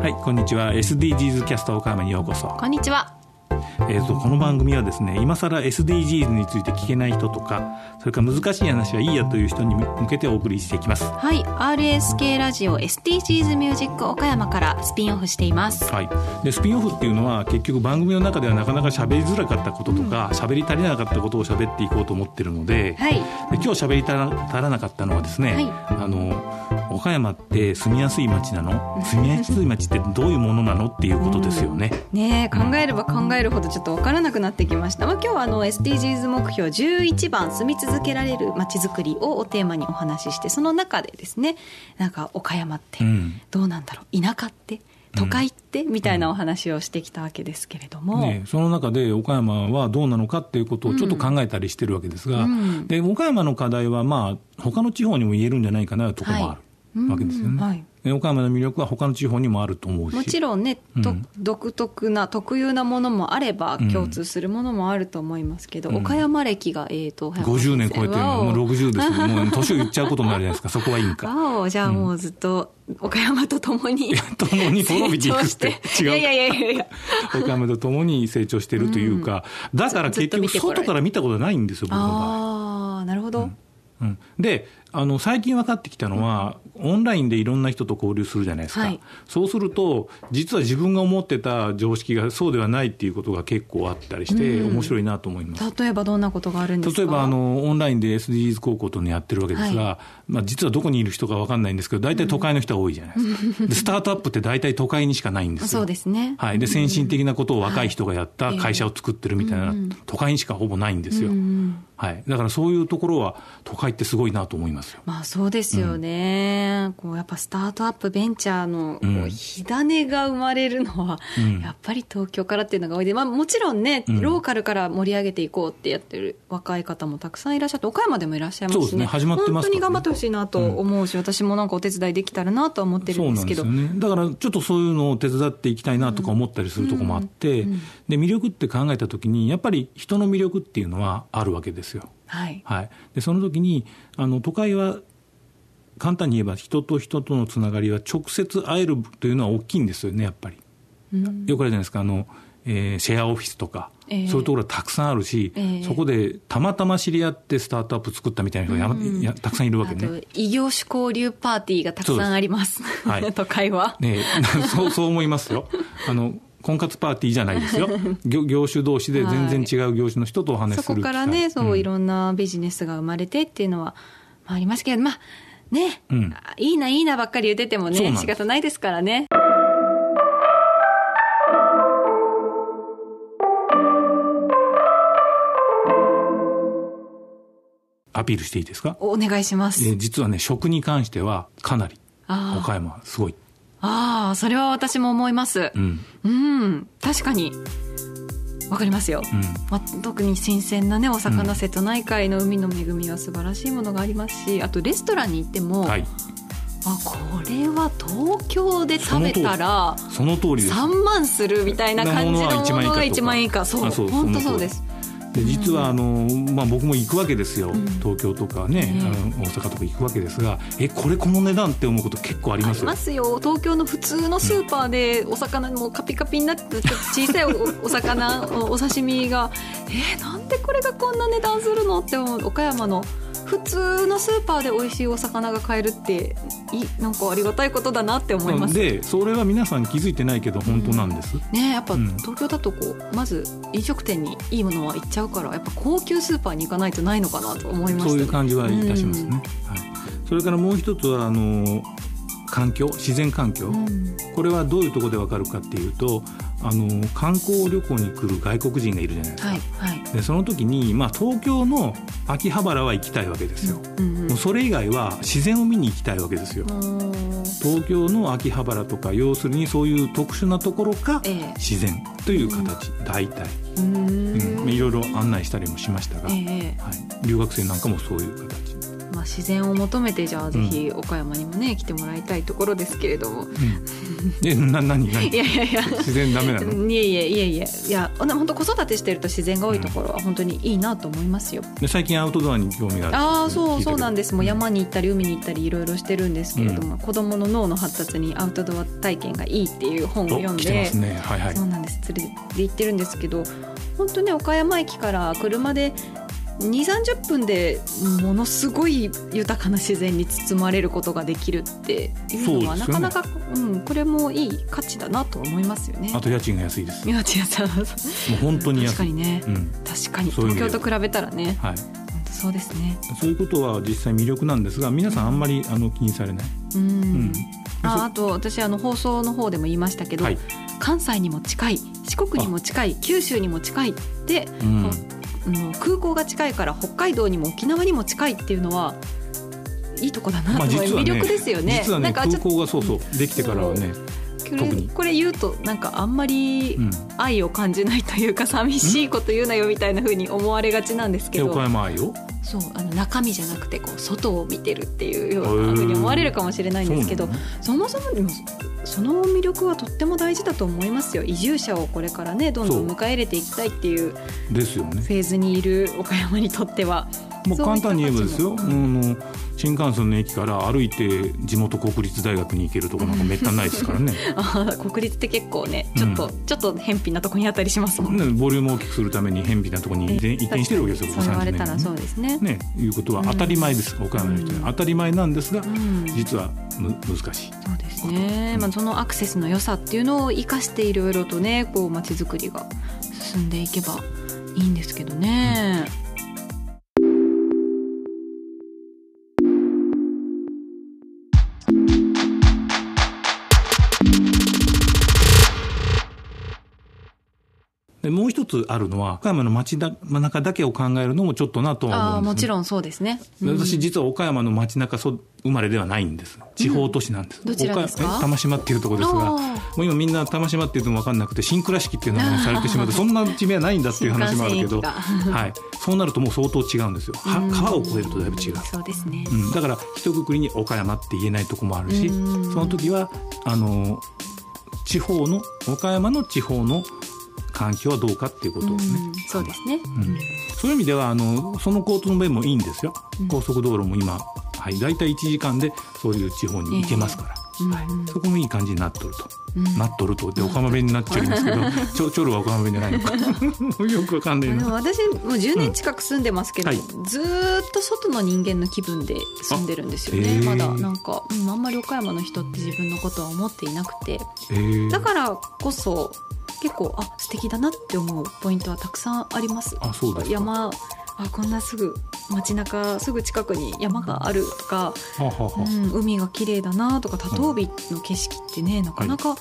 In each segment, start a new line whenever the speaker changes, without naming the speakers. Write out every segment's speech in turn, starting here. はいこんにちは SDGs キャスト岡山にようこそ
こんにちは。
えー、とこの番組はですね今更 SDGs について聞けない人とかそれから難しい話はいいやという人に向けてお送りしていきますは
はい、RSK ラジオ SDGs ミュージック岡山からスピンオフしています。
いでスピンオフっていうのは結局番組の中ではなかなか喋りづらかったこととか喋、り足りなかったことを喋っていこうと思ってるので,、
はい
で今日喋り足ら足らなかったのはですね、
はい
あの岡山って住みやすい街なの住みやすい街ってどういうものなのっていうことですよね、
ねえ、考えれば考えるほどちょっと分からなくなってきました。まあ、今日はあの SDGs 目標11番住み続けられるまちづくりをおテーマにお話しして、その中でですね、なんか岡山って
うん
どうなんだろう、田舎って都会ってみたいなお話をしてきたわけですけれども、
ね、その中で岡山はどうなのかっていうことをちょっと考えたりしてるわけですが、
うん
で岡山の課題は、まあ他の地方にも言えるんじゃないかなところもあ
はい
るわけですよ
うん
ね。
はい
で岡山の魅力は他の地方にもあると思うし
もちろんね、と
うん
独特な特有なものもあれば
うん
共通するものもあると思いますけど、
うん
岡山歴が、えー、と
50年超えてるのもう
60
60ですよもう年を言っちゃうことになるじゃないですかそこはいいんか。
じゃあもうずっと岡山とともに
共に滅びてい くって
成長して
違うか
いやいやいや いや
岡山と共に成長してるというか、だから結局
ずっと見てこられ
外
る
から見たことないんですよ僕の場合。
ああなるほど、
うん、であの最近分かってきたのは、オンラインでいろんな人と交流するじゃないですか、
はい
そうすると、実は自分が思ってた常識がそうではないっていうことが結構あったりして、
うん
面白いなと思います。
例えばどんなことがあるんですか
例えばあのオンラインで SDGs 高校というのやってるわけですが、まあ、実はどこにいる人か分かんないんですけど、大体都会の人が多いじゃないですか、でスタートアップって大体都会にしかないんですよ。
そうですね
はい、で先進的なことを若い人がやった会社を作ってるみたいな、
うん
都会にしかほぼないんですよ、
うんうん
はい、だからそういうところは、都会ってすごいなと思いますよ。
まあそうですよね、こうやっぱスタートアップベンチャーのこ
うん
う火種が生まれるのは、
うん
やっぱり東京からっていうのが多いで、まあ、もちろんね、
うん
ローカルから盛り上げていこうってやってる若い方もたくさんいらっしゃって岡山でもいらっしゃいますし、
そうですね始まってますからね
本当に頑張ってほしいなと思うし、私もなんかお手伝いできたらなとは思ってるんですけど
そうなんですよね、だからちょっとそういうのを手伝っていきたいなとか思ったりするとこもあって、
うんうん
で魅力って考えたときに、やっぱり人の魅力っていうのはあるわけですよ。
はい、
はい、でその時にあの都会は簡単に言えば人と人とのつながりは直接会えるというのは大きいんですよねやっぱり。
うん
よくあるじゃないですかあの、えーシェアオフィスとか、
ええ
そういうところがたくさんあるし、
ええ
そこでたまたま知り合ってスタートアップ作ったみたいな人がやま
うん
やたくさんいるわ
あ
けね。
と異業種交流パーティーがたくさんあります
すはい
都会は、
ねえ そうそう思いますよあの婚活パーティーじゃないです よ業業種同士で全然違う業種の人とお話しす
そ
る機
こか
会
らね、そう、
ん
いろんなビジネスが生まれてっていうのは、まあ、ありますけど、まあ、ね、
うん
あいいな、いいなばっかり言ってても
そうなん
ね、
です
仕方ないですからね。
アピールしていいですか、
お願いしま
え
す。
ー実はね食に関してはかなり
あ
岡
あ、
山はすごい、
ああ、それは私も思います
う。ん
うん、確かに。わかりますよ。
うん、
まあ、特に新鮮なねお魚瀬戸内海の海の恵みは素晴らしいものがありますしあとレストランに行っても、
はい
あこれは東京で食べたら
その通りです
3万するみたいな感じのものが
一
1
万
万
円
円
以
以
下とか
下そう
あそう
本当
そ
そううです
で実はあの、まあ、僕も行くわけですよ、
ん
東京とかね、
ね
あの大阪とか行くわけですがえこれこの値段って思うこと結構あり
あ
ま
り
すよ
ますよ東京の普通のスーパーでお魚もカピカピになってちょっと小さいおお魚 おお刺身がえーなんでこれがこんな値段するのって思う岡山の普通のスーパーで美味しいお魚が買えるっていなんかありがたいことだなって思いますね
でそれは皆さん気づいてないけど本当なんです、
やっぱ
うん
東京だとこうまず飲食店にいいものは行っちゃうからやっぱ高級スーパーに行かないとないのかなと思いました
そういう
ね
感じはいたしますね、
うん
はい、それからもう一つはあの環境自然環境、
うん
これはどういうところでわかるかっていうとあの観光旅行に来る外国人がいるじゃないですか、
はいはい
でその時に、まあ、東京の秋葉原は行きたいわけですよ、
うんうん
もうそれ以外は自然を見に行きたいわけですよ、
うん
東京の秋葉原とか要するにそういう特殊なところか
ええ
自然という形、大体、
うーん
うんまあいろいろ案内したりもしましたが、
ええ
はい、留学生なんかもそういう形
まあ、あ、自然を求めてじゃあぜひ岡山にもね、来てもらいたいところですけれども、
うん、えな何
い
何
やいやいや
自然ダメなの
いえいえいえいえいやほん本当子育てしてると自然が多いところは本当にいいなと思いますよ。
で最近アウトドアに興味がある
ああそうそうなんですもう
山
山に行ったり海に行ったりいろいろしてるんですけれども、子どもの脳の発達にアウトドア体験がいいっていう本を読ん
来てま
です
ねはいはい
そうなんです連れて行ってるんですけど本当ね岡山駅から車で2三3 0分でものすごい豊かな自然に包まれることができるっていうのは、
そ
な
うですよね
かなか、うん、これもいい価値だなと思いますよね
あ。と家賃が安いですも
宮内さん
う本当に
確か
安い
にね
うん
確かに
そういう意味
東
では
京と比べたらね
はい、
本当そうですね。
そういうことは実際魅力なんですが皆さんあんまりあの気にされない、
うん
うん
ああと私あの放送の方でも言いましたけど、
はい
関西にも近い四国にも近い九州にも近いで
うん
あの空港が近いから北海道にも沖縄にも近いっていうのはいいとこだなと
まあ
思う、
実は
魅
ね
力ですよね。
実はね
なんか
空
ちょっと
港がそうそうできてからはね、
これ
特に
これ言うとなんかあんまり
うん、
愛を感じないというか寂しいこと言うなよみたいな風に思われがちなんですけ
で岡
ど
山愛よ
そうあの中身じゃなくてこう外を見てるっていうような風に思われるかもしれないんですけど
そうなの
そもそもでもその魅力はとっても大事だと思いますよ移住者をこれからねどんどん迎え入れていきたいっていうフ
ですよね
ェーズにいる岡山にとっては。
もう
そう
簡
いった
単に言えばですよ、
価
あ
値も
の新幹線の駅から歩いて地元国立大学に行けるとこなんかめったにないですから ね
あー国立って結構ねちょっと、ちょっと偏僻なとこにあったりしますもんね。
ねボリュームを大きくするために偏僻なところに移転移転してるわけですよここ
そう言わ
30
れ
年
たらそうですね。
ねいうことは当たり前です、岡山の人に
うん
当たり前なんですが
うん、
実はむ難しい
そうですね。まあそのアクセスの良さっていうのを生かしていろいろとねこう街づくりが進んでいけばいいんですけどね。
でもう一つあるのは岡山の街だ中だけを考えるのもちょっとなとは
あ
思
あ
うん
も
です
ち
ね、
ろんそうですね。
で私
うん
実は岡山の街中そ生まれではないんです地方都市なんです、
うんどちらですか
岡え玉島っていうところですが
お
も
ー
う今みんな玉島っていうのも分かんなくて新倉敷っていう名前にされてしまって そんな地名はないんだっていう話もあるけど、
新幹線
はい、そうなるともう相当違うんですよは
うん
川を越えるとだいぶ違う
そうですね。
うん、だから一括りに岡山って言えないとこもあるし、
うん
その時はあの地方の岡山の地方の環境はどうかっていうことをね、
うんそうですね。
うんそういう意味ではあのその交通の便もいいんですよ、
うん
高速道路も今、はい、大体1時間でそういう地方に行けますから、
ええ
はい
うんうん
そこもいい感じになっとると、
うん
なっとるとで岡山弁になっちゃいますけ どちょちょるは岡山弁じゃないのか よくわかんない
あでも
な
私もう10年近く住んでますけど、
うん
ずーっと外の人間の気分で住んでるんですよね、
あへー
まだなんか、うん、あんまり岡山の人って自分のことは思っていなくて
えー
だからこそ結構あ素敵だなって思うポイントはたくさんあります
あそうですか
山あこんなすぐ街中すぐ近くに山があるとか、
はあはあ
う
はあ
ん、海が綺麗だなとか多頭日の景色ってねなかなか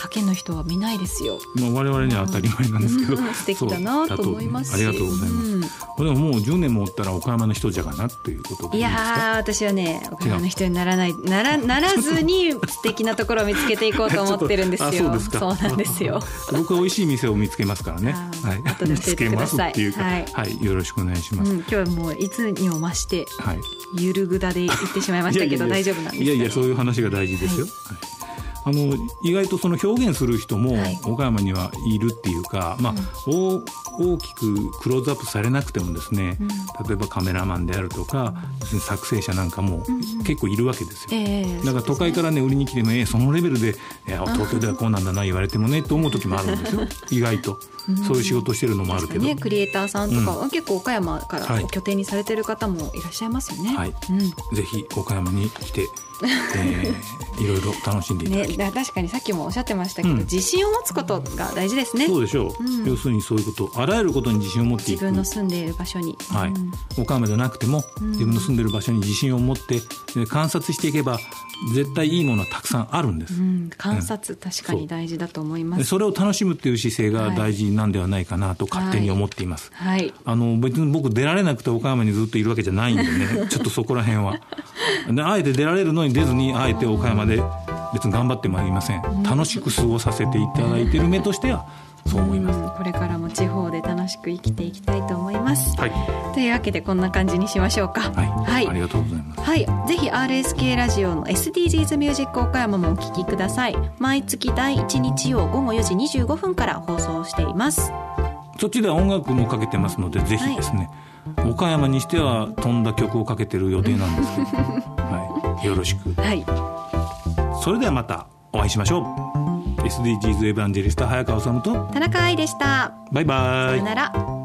他県の人は見ないですよ。
まあ我々には当たり前なんですけど、
うん素敵だなと思いますし
そうありがとうございます、
うん
これはもう10年もおったら岡山の人じゃがなということで
い
いい
や
ですか
ー私はね岡山の人にならないならならずに素敵なところを見つけていこ うと思ってるんですよ
あそうですか
なんですよ
僕は美味しい店を見つけますからね、
あー
はい
後、で
見
教
つ
えて
け
く
ま
だ
す
さい
っていうか、
はい
はい、よろしくお願いし
う
ま
ん
す、
今日はもういつにも増して
はい
ゆるぐだで言ってしまいましたけど
いやいやいや
大丈夫なんですかね
いやいやそういう話が大事ですよ、はいあの意外とその表現する人も
はい
岡山にはいるっていうか、まあ大大きくクローズアップされなくてもですね、
うん
例えばカメラマンであるとか、別に作成者なんかも
うんうん
結構いるわけですよ、
ええ
だから都会からね売りに来てもええそのレベルでいや東京ではこうなんだな言われてもねと思う時もあるんです よ意外と
うん
そういう仕事してるのもあるけど、
ねクリエイターさんとか、結構岡山から
はい
拠点にされてる方もいらっしゃいますよね、
はい
うん
ぜひ岡山に来て、え ーいろいろ楽しんでいただ
ね
き、たい、
だ確かにさっきもおっしゃってましたけど、
うん
自信を持つことが大事ですね
そうでしょう、
うん
要するにそういうことあらゆることに自信を持ってい
自
く
分の住んでいる場所に、
はい
うん
岡山じゃなくても
うん
自分の住んでる場所に自信を持ってで観察していけば絶対いいものはたくさんあるんです、
うん、観察確かに大事だと思いま。
ですそれを楽しむっていう姿勢が大事なんではないかなと勝手に思っています、
はい。
あの別に僕出られなくて岡山にずっといるわけじゃないんでね ちょっとそこら辺はであえて出られるのに出ずにあえて岡山で別に頑張ってまいりません楽しく過ごさせていただいてる目としてはそう思います。
うんこれからも地方で楽しく生きていきたいと思います。
はい、
というわけでこんな感じにしましょうか。
は、
はいい
ありがとうございます。
はい、ぜひ RSK ラジオの SDGs ミュージック岡山もお聞きください。毎月第1日曜午後4時25分から放送しています。
そっちでは音楽もかけてますので、ぜひですね、岡山にしては飛んだ曲をかけてる予定なんですけど、はい、よろしく。
はい、
それではまたお会いしましょう。SDGs エヴァンジェリスト早川治と
田中愛でした。
バイバ
さ
イ
よ。なら。